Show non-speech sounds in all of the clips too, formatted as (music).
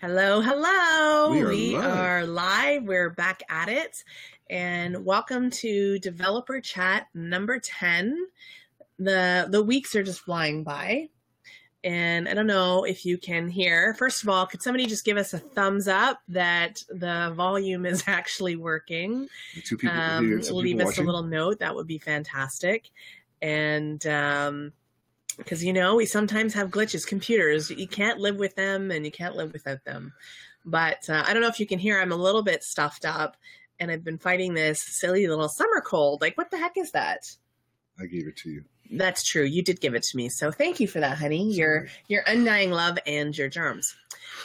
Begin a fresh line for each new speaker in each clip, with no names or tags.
Hello, hello.
We are live.
are live. We're back at it. And welcome to developer chat number 10. The the weeks are just flying by. And I don't know if you can hear. First of all, could somebody just give us a thumbs up that the volume is (laughs) actually working?
Two people
um,
here, some
leave
people
us
watching.
a little note. That would be fantastic. And um, because you know we sometimes have glitches, computers you can't live with them, and you can't live without them. But uh, I don't know if you can hear. I'm a little bit stuffed up, and I've been fighting this silly little summer cold. Like, what the heck is that?
I gave it to you.
That's true. You did give it to me, so thank you for that, honey. Your your undying love and your germs.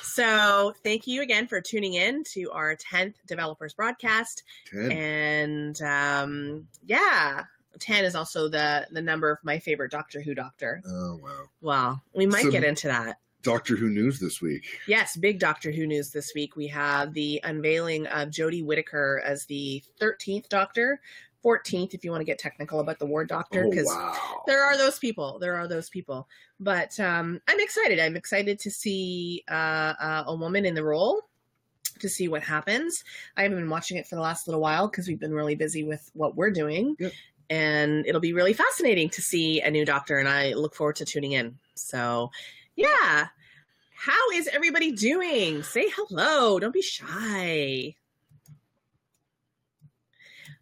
So thank you again for tuning in to our tenth developers broadcast
Ten.
and um, yeah, ten is also the the number of my favorite Doctor Who Doctor.
oh wow.
Well, we might
So-
get into that.
Doctor Who news this week.
Yes, big Doctor Who news this week. We have the unveiling of Jodie Whittaker as the thirteenth Doctor, fourteenth if you want to get technical about the Ward Doctor,
Oh
because
wow.
there are those people. There are those people. But um, I'm excited. I'm excited to see uh, uh, a woman in the role to see what happens. I haven't been watching it for the last little while because we've been really busy with what we're doing.
Yep.
And it'll be really fascinating to see a new doctor. And I look forward to tuning in. So, yeah. How is everybody doing? Say hello. Don't be shy.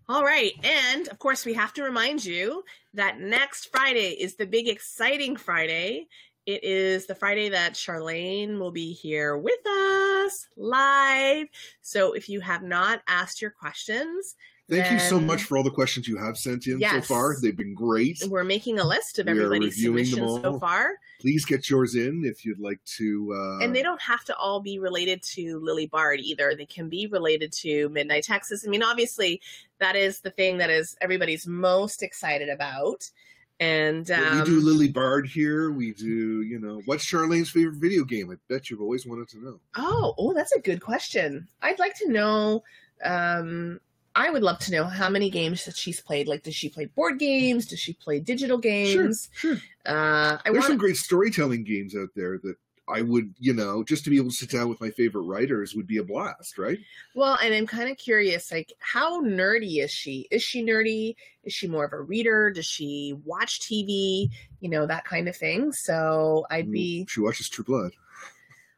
All right. And of course, we have to remind you that next Friday is the big exciting Friday. It is the Friday that Charlene will be here with us live. So if you have not asked your questions,
Thank you so
then-
much for all the questions you have sent in
Yes.
so far. They've been great.
we're making a list of
We are
everybody's
reviewing them
submissions so
all.
far.
Please get yours in if you'd like to. Uh,
and they don't have to all be related to Lily Bard either. They can be related to Midnight Texas. I mean, obviously, that is the thing that is everybody's most excited about. And um,
we do Lily Bard here. We do, you know, what's Charlene's favorite video game? I bet you've always wanted to know.
Oh, oh, that's a good question. I'd like to know. Um, I would love to know how many games that she's played. Like, does she play board games? Does she play digital games?
Sure.
Uh, I
There's some
want.
great storytelling games out there that I would, you know, just to be able to sit down with my favorite writers would be a blast, right?
Well, and I'm kind of curious. Like, how nerdy is she? Is she nerdy? Is she more of a reader? Does she watch TV? You know that kind of thing. So I'd
Mm.
be.
She watches True Blood.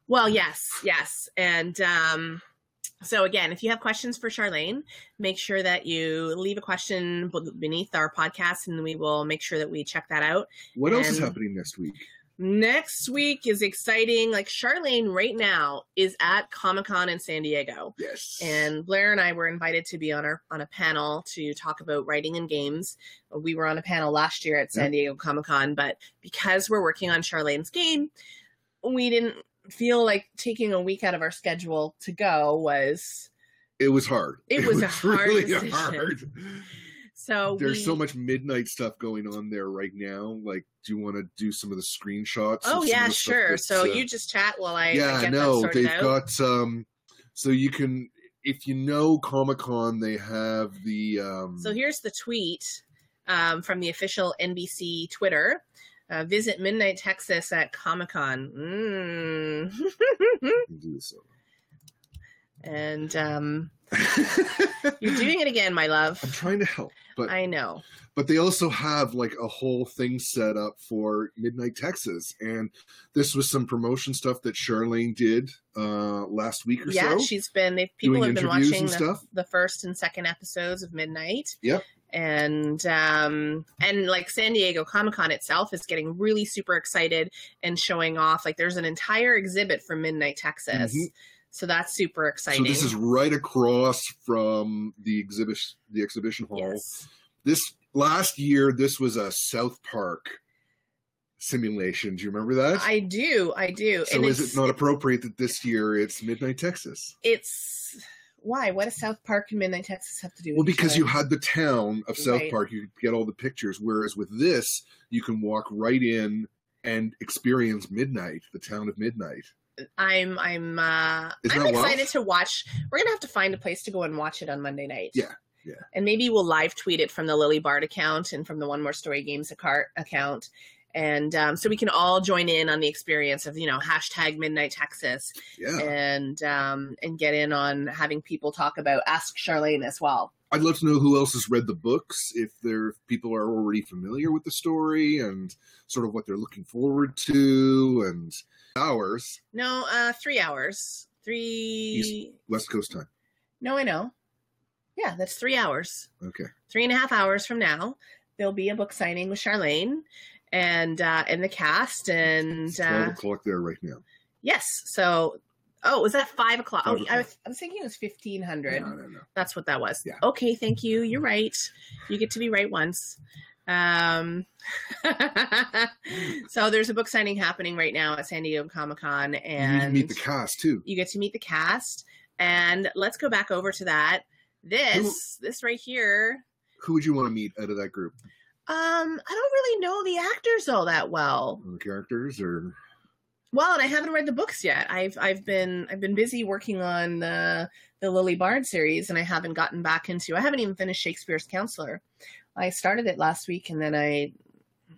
Well, yes, yes. And um, so, again, if you have questions for Charlene, make sure that you leave a question b- beneath our podcast and we will make sure that we check that out.
What else is
And-
happening next week?
Next week is exciting. Like, Charlene right now is at Comic Con in San Diego
Yes.
and Blair and I were invited to be on our on a panel to talk about writing in games. We were on a panel last year at San Diego Comic Con, but because we're working on Charlene's game, we didn't feel like taking a week out of our schedule to go was
it was hard.
It was a hard
really
decision.
hard.
so
There's
we-
so much midnight stuff going on there right now. Like, do you want to do some of the screenshots? of some
Oh
of
yeah,
the stuff
sure.
that's,
So
uh,
you just chat while I I
yeah,
get that
no,
sorted
they've
out.
got um. So you can, if you know Comic Con, they have the um.
So here's the tweet um, from the official NBC Twitter. Uh, visit Midnight Texas at Comic Con. Mm. (laughs)
you can do this. (laughs)
and um, you're doing it again, my love.
I'm trying to help, but
I know.
but they also have like a whole thing set up for midnight texas and this was some promotion stuff that charlene did uh last week or
Yeah,
so
she's been. They, people
doing
have been
interviews
watching
and
the,
stuff
the first and second episodes of Midnight.
Yep.
And um, and like San Diego Comic Con itself is getting really super excited and showing off. Like there's an entire exhibit for Midnight Texas,
Mhm.
so that's super
so
exciting.
this is right across from the exhibition the exhibition hall
yes.
this last year this was a south park simulation do you remember that
I do, I do.
so
and
is
it's-
it not appropriate that this year it's midnight texas
It's why? What does South Park and Midnight Texas have to do? with
Well,
each
because
other?
you had the town of South
Right.
Park, you get all the pictures. Whereas with this, you can walk right in and experience Midnight, the town of Midnight.
I'm I'm uh
Isn't
I'm
that wild?
excited to watch. We're gonna have to find a place to go and watch it on Monday night.
Yeah, yeah.
And maybe we'll live tweet it from the Lily Bard account and from the One More Story Games accar- account, and um, so we can all join in on the experience of you know hashtag midnight texas
Yeah.
and um, and get in on having people talk about ask charlene as well
I'd love to know who else has read the books, if there if people are already familiar with the story and sort of what they're looking forward to and hours
no uh three hours three
West Coast time.
no i know yeah that's three hours
Okay.
three and a half hours from now there'll be a book signing with charlene and uh and the cast and
It's
uh
twelve o'clock there right now.
Yes. So, oh, was that five o'clock?
Five
oh, I was, I was thinking it was fifteen hundred.
No, no, no.
That's what that was.
Yeah.
Okay. Thank you. You're right. You get to be right once. Um, (laughs) so there's a book signing happening right now at San Diego Comic Con,
you need to
and
meet the cast too.
you get to meet the cast. And let's go back over to that. This, this right here.
Who would you want to meet out of that group?
Um, I don't really know the actors all that well.
The characters or
Well, and I haven't read the books yet. I've I've been I've been busy working on the the Lily Bard series, and I haven't gotten back into. I haven't even finished Shakespeare's Counselor. I started it last week, and then I,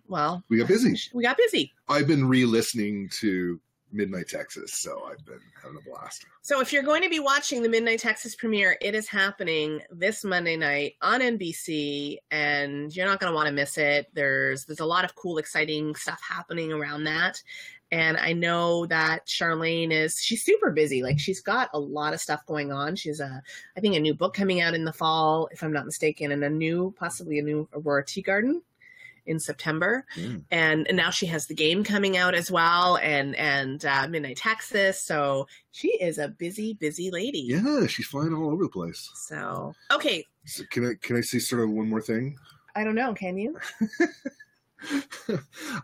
well,
we got busy.
we got busy.
I've been re-listening to Midnight Texas, so I've been having a blast.
So if you're going to be watching the Midnight Texas premiere, it is happening this Monday night on NBC, and you're not going to want to miss it. There's there's a lot of cool, exciting stuff happening around that, and I know that Charlene is she's super busy. Like she's got a lot of stuff going on. She's a I think a new book coming out in the fall, if I'm not mistaken, and a new possibly a new Aurora Tea Garden in September
Mm.
and, and now she has the game coming out as well and and uh, midnight texas so she is a busy busy lady
Yeah, she's flying all over the place.
so okay
So can I can I say sort of one more thing? (laughs)
i don't know can you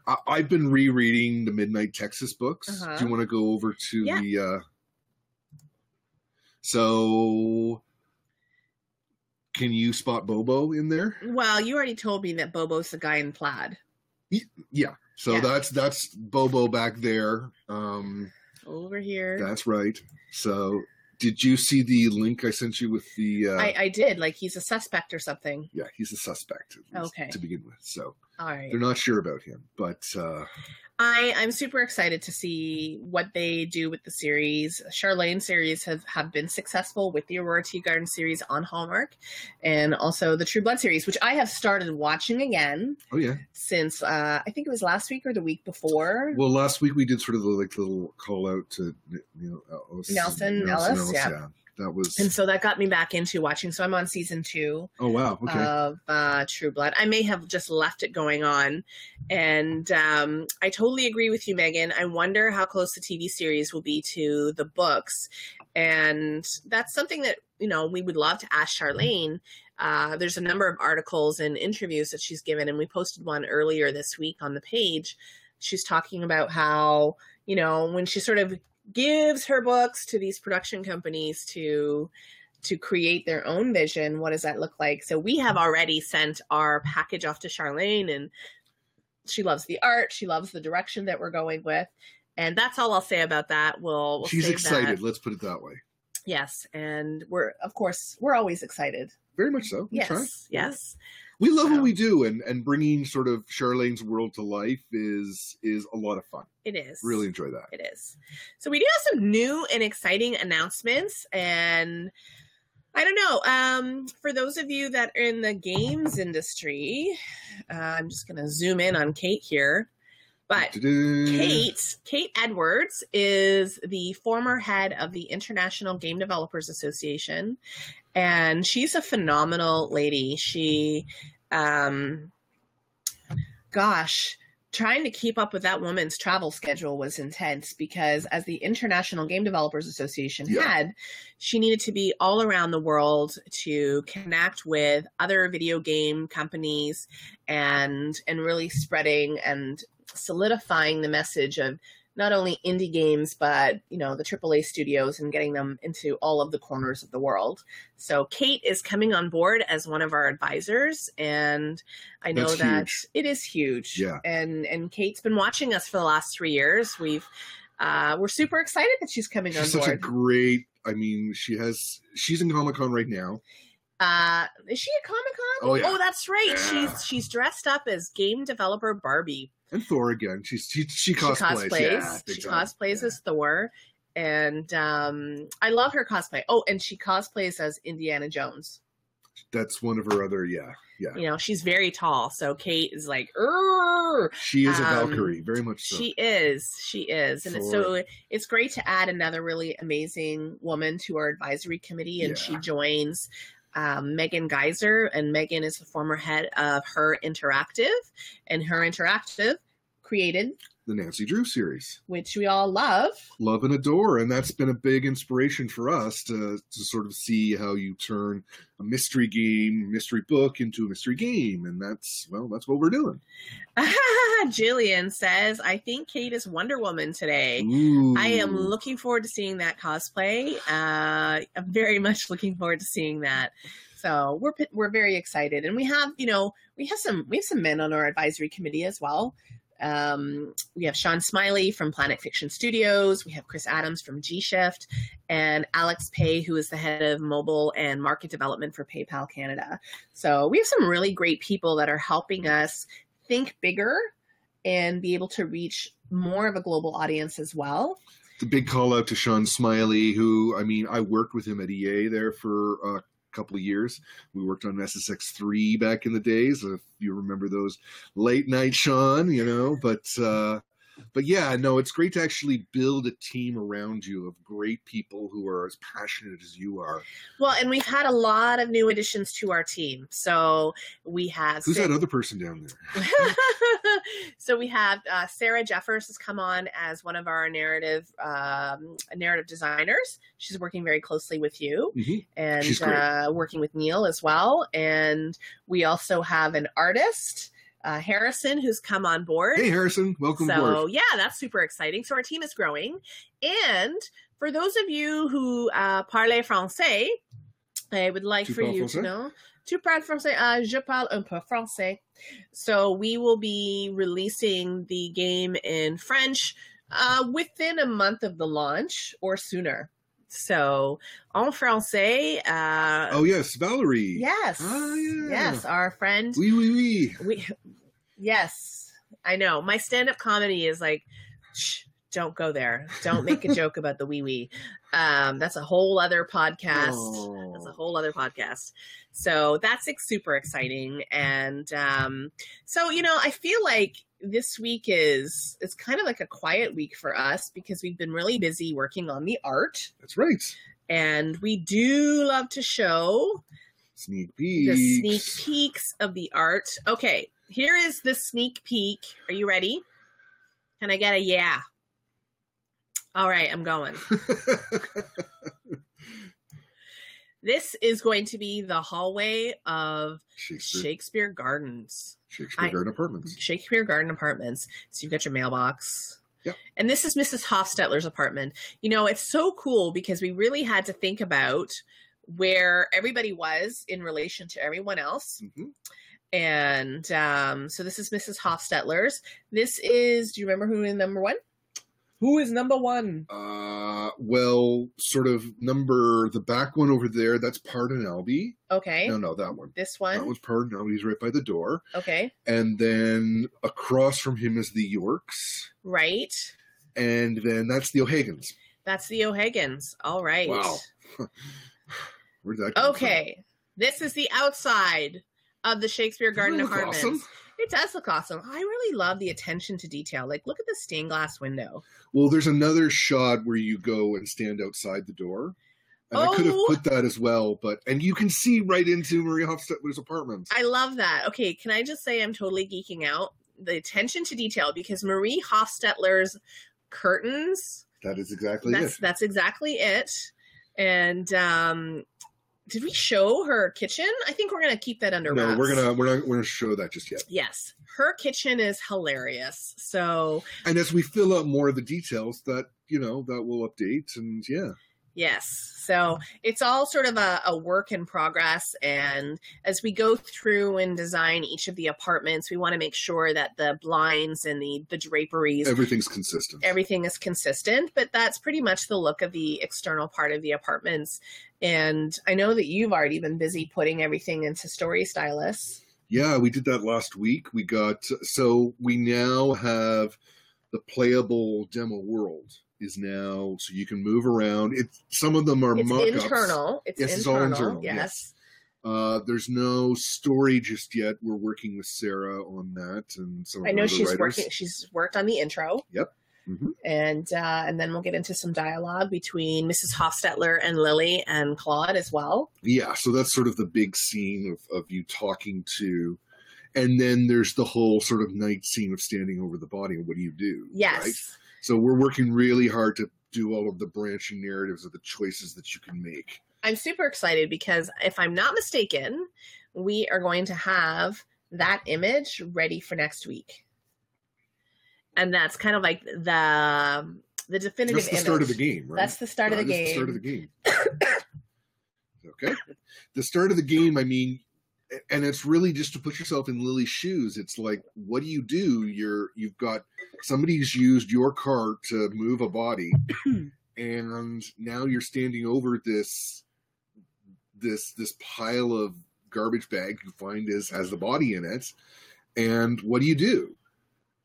I, I've been rereading the Midnight Texas books.
Uh-huh.
Do you want to go over to
Yeah.
the? Uh... So, can you spot Bobo in there?
well you already told me that bobo's the guy in plaid
So
Yeah.
that's that's Bobo back there. Um,
over here
that's right. So, did you see the link I sent you with the? Uh...
I, I did like he's a suspect or something
Yeah, he's a suspect. at least
Okay.
To begin with, so
all right
they're not sure about him, but uh,
I, I'm super excited to see what they do with the series. Charlene series have, have been successful with the Aurora Tea Garden series on Hallmark and also the True Blood series, which I have started watching again.
oh yeah.
since uh, I think it was last week or the week before.
Well, last week we did sort of the like little call out to you know, uh, Ellis,
Nelson Ellis, yeah.
That was
and so that got me back into watching. So I'm on season two
oh wow okay
of uh, True Blood. I may have just left it going on, and um, I totally agree with you, Megan. I wonder how close the TV series will be to the books, and that's something that you know we would love to ask Charlene. Uh, there's a number of articles and interviews that she's given, and we posted one earlier this week on the page. She's talking about how you know when she sort of gives her books to these production companies to to create their own vision what does that look like so we have already sent our package off to charlene and she loves the art she loves the direction that we're going with and that's all i'll say about that we'll, we'll
she's
save
excited
that.
let's put it that way
yes and we're of course we're always excited
very much so
yes
That's right.
yes
we love
So-
what we do and and bringing sort of Charlene's world to life is is a lot of fun
it is
really enjoy that
It is. So we do have some new and exciting announcements and I don't know. Um, for those of you that are in the games industry, uh, I'm just going to zoom in on Kate here. But
Da-da.
Kate, Kate Edwards is the former head of the International Game Developers Association, and she's a phenomenal lady. She, um, gosh, trying to keep up with that woman's travel schedule was intense because, as the International Game Developers Association
Yeah.
had, she needed to be all around the world to connect with other video game companies and and really spreading and solidifying the message of not only indie games but you know the AAA studios and getting them into all of the corners of the world. So Kate is coming on board as one of our advisors, and I know
That's
that
huge.
it is huge.
Yeah.
and and Kate's been watching us for the last three years. We've uh, we're super excited that she's coming
she's
on
such a
board.
great I mean she has she's in Comic Con right now
uh, is she at Comic Con?
Oh, yeah.
that's right.
Yeah.
She's she's dressed up as game developer Barbie.
and Thor again. She's she, she cosplays. Yeah,
she
big time.
cosplays
Yeah.
as Thor, and um, I love her cosplay. Oh, and she cosplays as Indiana Jones.
That's one of her other. Yeah, yeah.
You know, she's very tall, so Kate is like, "Err."
She is a
Um,
Valkyrie, very much so.
She is, she is, and it's so it's great to add another really amazing woman to our advisory committee, and she
Yeah.
joins. Um, Megan Geiser, and Megan is the former head of Her Interactive, and Her Interactive created,
the Nancy Drew series.
which we all love,
love and adore and that's been a big inspiration for us to to sort of see how you turn a mystery game mystery book into a mystery game and that's well that's what we're doing
(laughs) Jillian says, I think Kate is Wonder Woman today. I am
Ooh.
looking forward to seeing that cosplay. Uh, I'm very (laughs) much looking forward to seeing that. So we're p- we're very excited, and we have you know we have some we have some men on our advisory committee as well. Um, we have Sean Smiley from Planet Fiction Studios. We have Chris Adams from G Shift, and Alex Pay, who is the head of mobile and market development for PayPal Canada. So we have some really great people that are helping us think bigger and be able to reach more of a global audience as well.
the big call out to sean smiley who i mean i worked with him at ea there for a couple of years we worked on ssx3 back in the days if you remember those late night sean you know but uh but yeah, no, it's great to actually build a team around you of great people who are as passionate as you are
Well, and we've had a lot of new additions to our team. So we have
Who's that other person down there?
(laughs) so we have uh, Sarah Jeffers has come on as one of our narrative um, narrative designers. She's working very closely with you.
Mm-hmm.
and
She's great.
uh, working with Neil as well. And we also have an artist, uh, Harrison, who's come on board.
Hey, Harrison, welcome
so
aboard.
yeah, that's super exciting. So our team is growing. And for those of you who uh, parle français, I would like
Tu
for
parles
you to
français?
know. Tu parles français? Uh, je parle un peu français. So we will be releasing the game in French uh, within a month of the launch or sooner. So en français, uh,
Oh yes, Valerie.
yes,
Ah, yeah.
yes, our friend.
Oui, oui, oui.
We, yes, I know. My stand-up comedy is like, shh, don't go there. Don't make a joke about the wee wee. Um, that's a whole other podcast. That's a
Oh.
whole other podcast. So that's like, super exciting. And um, so, you know, I feel like this week is it's kind of like a quiet week for us because we've been really busy working on the art
That's right.
and we do love to show
Sneak
the
peeks.
sneak peeks of the art. Okay, here is the sneak peek. Are you ready? Can I get a yeah? All right, I'm going.
(laughs)
This is going to be the hallway of
Shakespeare,
Shakespeare Gardens.
Shakespeare
I-
Garden Apartments.
Shakespeare Garden Apartments. So you've got your mailbox.
Yep.
And this is Mrs. Hofstetler's apartment. You know, it's so cool because we really had to think about where everybody was in relation to everyone else.
Mhm.
And um, so this is Mrs. Hofstetler's. This is, do you remember who is number one? Who is number one?
Uh, well, sort of number the back one over there. That's Pardonalby.
Okay.
No, no, that one.
This
That
one.
was Pardonalby's right by the door.
Okay.
And then across from him is the Yorks.
Right.
And then that's the O'Hagans.
That's the O'Higgins. All right.
Wow. Where did that come from?
Okay. This is the outside of the Shakespeare
Doesn't
Garden
it look
Apartments.
awesome?
It does look awesome. I really love the attention to detail. Like, look at the stained glass window.
Well, there's another shot where you go and stand outside the door. And I could have
Oh!
put that as well, but and you can see right into Maria Hofstetler's apartment.
I love that. Okay, can I just say I'm totally geeking out? The attention to detail because Marie Hofstetler's curtains.
that is exactly
That's
it.
that's exactly it. And um did we show her kitchen? I think we're gonna keep that under
No,
wraps.
we're gonna we're not we're gonna show that just yet.
Yes, her kitchen is hilarious. So
And as we fill out more of the details, that you know that will update. And yeah,
Yes. So it's all sort of a, a work in progress. And as we go through and design each of the apartments, we want to make sure that the blinds and the, the draperies,
everything's consistent.
everything is consistent. But that's pretty much the look of the external part of the apartments. And I know that you've already been busy putting everything into Story Stylus.
Yeah, we did that last week. We got so we now have the playable demo world is now so you can move around. It some of them are
It's
mock-ups.
internal. It's
Yes, it's all
internal.
internal,
Yes.
yes. Uh, there's no story just yet. We're working with Sarah on that, and some of
I
her
know
other
she's
writers.
working. She's worked on the intro.
Yep. Mhm.
And uh, and then we'll get into some dialogue between Mrs. Hostetler and Lily and Claude as well.
yeah so that's sort of the big scene of, of you talking to and then there's the whole sort of night scene of standing over the body and what do you do
Yes.
right? so we're working really hard to do all of the branching narratives of the choices that you can make
I'm super excited because if I'm not mistaken, we are going to have that image ready for next week. And that's kind of like the the definitive
that's the
image.
start of the game right
That's the start of the
Yeah, that's
game.
start of the game (coughs) okay the start of the game i mean and it's really just to put yourself in lily's shoes it's like what do you do you're you've got somebody's used your cart to move
(coughs)
a body and now you're standing over this this this pile of garbage bag you find is has the body in it and what do you do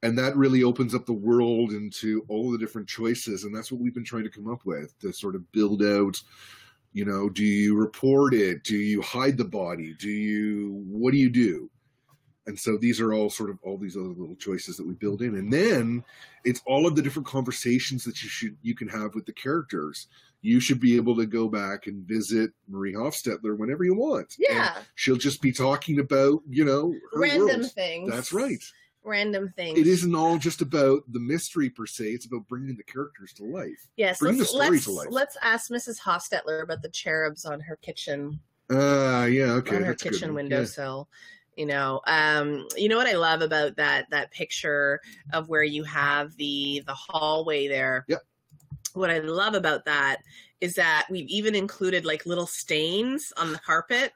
and that really opens up the world into all the different choices and that's what we've been trying to come up with to sort of build out you know do you report it do you hide the body do you what do you do and so these are all sort of all these other little choices that we build in and then it's all of the different conversations that you should you can have with the characters you should be able to go back and visit marie hofstetler whenever you want And
Yeah.
she'll just be talking about you know her
Random
world.
things.
that's right
Random things.
it isn't all just about the mystery per se it's about bringing the characters to life
Yes,
Bring
let's,
the story
let's,
to life.
let's ask Mrs. Hostetler about the cherubs on her kitchen
uh yeah okay
on her
that's a good
kitchen
one. Yeah.
windowsill. You know, um, you know what I love about that that picture of where you have the the hallway there.
Yep.
What I love about that is that we've even included like little stains on the carpet,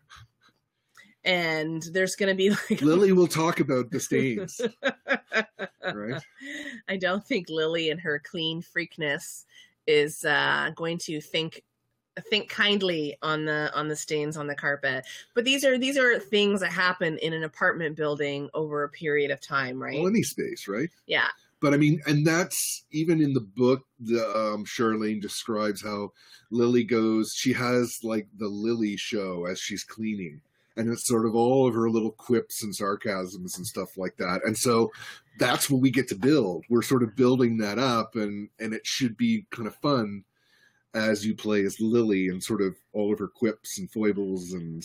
and there's going to be like
Lily will talk about
(laughs)
the stains, right?
I don't think Lily and her clean freakness is uh, going to think think kindly on the on the stains on the carpet. But these are these are things that happen in an apartment building over a period of time, right?
Well, any space, right?
yeah.
But I mean, and that's even in the book. The um, Charlene describes how Lily goes. She has like the Lily show as she's cleaning, and it's sort of all of her little quips and sarcasms and stuff like that. And so that's what we get to build. We're sort of building that up, and and it should be kind of fun as you play as Lily and sort of all of her quips and foibles and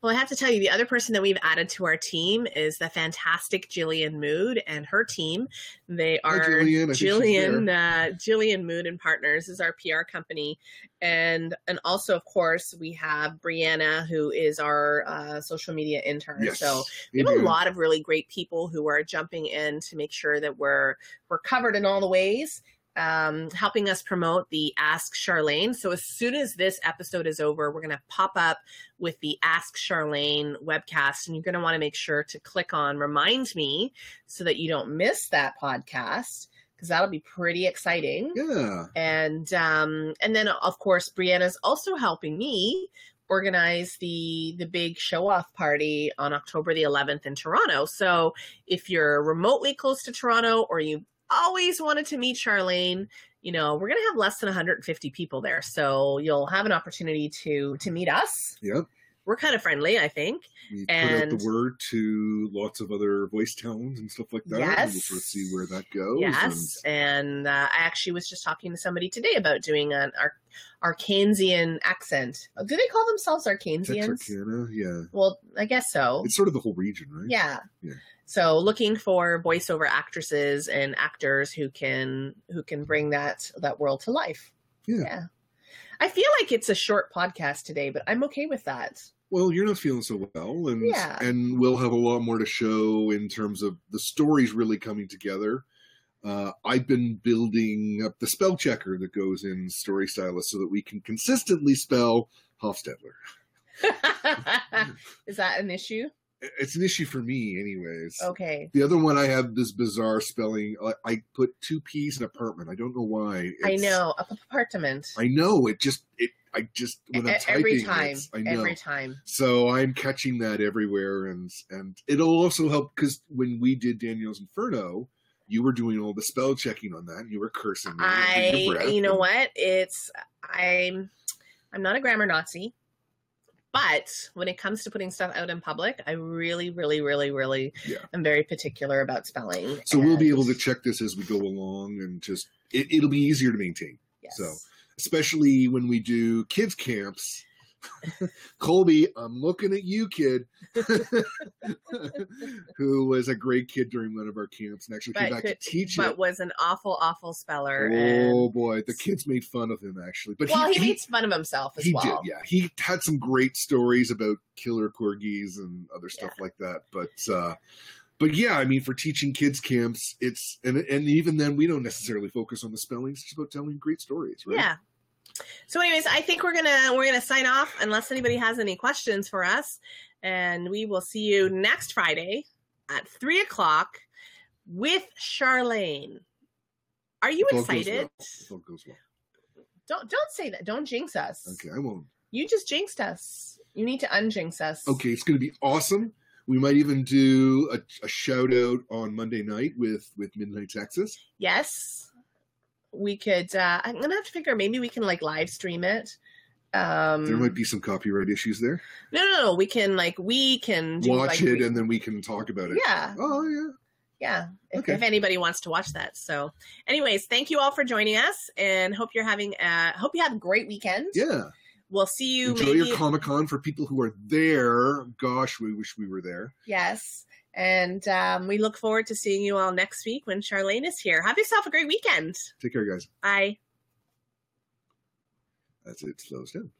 Well, I have to tell you, the other person that we've added to our team is the fantastic Jillian Mood and her team. They
Hi,
are
Jillian. I think she's
Jillian, uh, Jillian Mood and Partners is our PR company, and and also of course we have Brianna, who is our uh, social media intern. So we have a
Adrian.
lot of really great people who are jumping in to make sure that we're we're covered in all the ways um, helping us promote the ask charlene so as soon as this episode is over we're going to pop up with the ask charlene webcast and you're going to want to make sure to click on remind me so that you don't miss that podcast because that'll be pretty exciting
Yeah.
and um and then of course brianna's also helping me organize the the big show off party on october the 11th in toronto so if you're remotely close to toronto or you always wanted to meet charlene you know we're gonna have less than 150 people there so you'll have an opportunity to to meet us
Yep.
we're kind of friendly i think
We put out
And-
the word to lots of other voice towns and stuff like that. And we'll
Yes.
sort of see where that goes.
Yes, and uh, I actually was just talking to somebody today about doing an Ar- Arkansian accent. Do they call themselves
And
Arkansians?
Texarkana, yeah.
Well, I guess so.
It's sort of the whole region, right?
Yeah.
Yeah.
So looking for voiceover actresses and actors who can who can bring that that world to life.
Yeah.
I feel like it's a short podcast today, but I'm okay with
(laughs)
that.
Well, you're not feeling so well, and
Yeah.
and we'll have a lot more to show in terms of the stories really coming together. Uh, I've been building up the spell checker that goes in Story Stylus so that we can consistently spell Hofstetler.
Is that an issue?
It- It's an issue for me, anyways.
Okay.
The other one I have this bizarre spelling. I, I put two P's in apartment. I don't know why.
I
It's-
know. Apartment.
I know it just it. I I just when I'm
E-
typing,
every time.
it's- I know.
Every time.
So I'm catching that everywhere, and and it'll also help because when we did Daniel's Inferno, you were doing all the spell checking on that. You were cursing. it
I,
under your breath,
you know
and-
what? It's I'm, I'm not a grammar Nazi, but when it comes to putting stuff out in public, I really, really, really, really
Yeah.
am very particular about spelling.
So we'll be
and-
able to check this as we go along, and just it, it'll be easier to maintain,
Yes.
so. especially when we do kids
(laughs)
camps. Colby, I'm looking at you, kid, (laughs) who was a great kid during one of our camps and actually came
But
back
could-
to teach
but
it.
was an awful, awful speller. and,
Oh boy, the kids made fun of him actually, but
well, he,
he, he
makes fun of himself as
he
well.
did yeah he had some great stories about killer corgis and other stuff like that but uh but yeah i mean for teaching kids camps it's and and even then we don't necessarily focus on the spelling it's just about telling great stories right
Yeah. So, anyways, I think we're gonna we're gonna sign off unless anybody has any questions for us, and we will see you next Friday at three o'clock with Charlene. Are you
If all goes
excited?
well. If all goes well
Don't don't say that. Don't jinx us.
okay i won't
You just jinxed us. You need to unjinx us.
okay it's gonna be awesome we might even do a, a shout out on monday night with with midnight texas
Yes. We could. Uh, I'm gonna have to figure. Maybe we can like live stream it. Um,
there might be some copyright issues there
no, no, no. We can like we can do,
watch
like,
it
we-
and then we can talk about it
yeah.
oh yeah
yeah if,
Okay.
if anybody wants to watch that so anyways thank you all for joining us and hope you're having a hope you have a great weekend
yeah
we'll see you
Enjoy
maybe
your Comic Con for people who are there. Gosh, we wish we were there.
yes and um, we look forward to seeing you all next week when charlene is here have yourself a great weekend
Take care, guys.
bye
That's it. Slows down.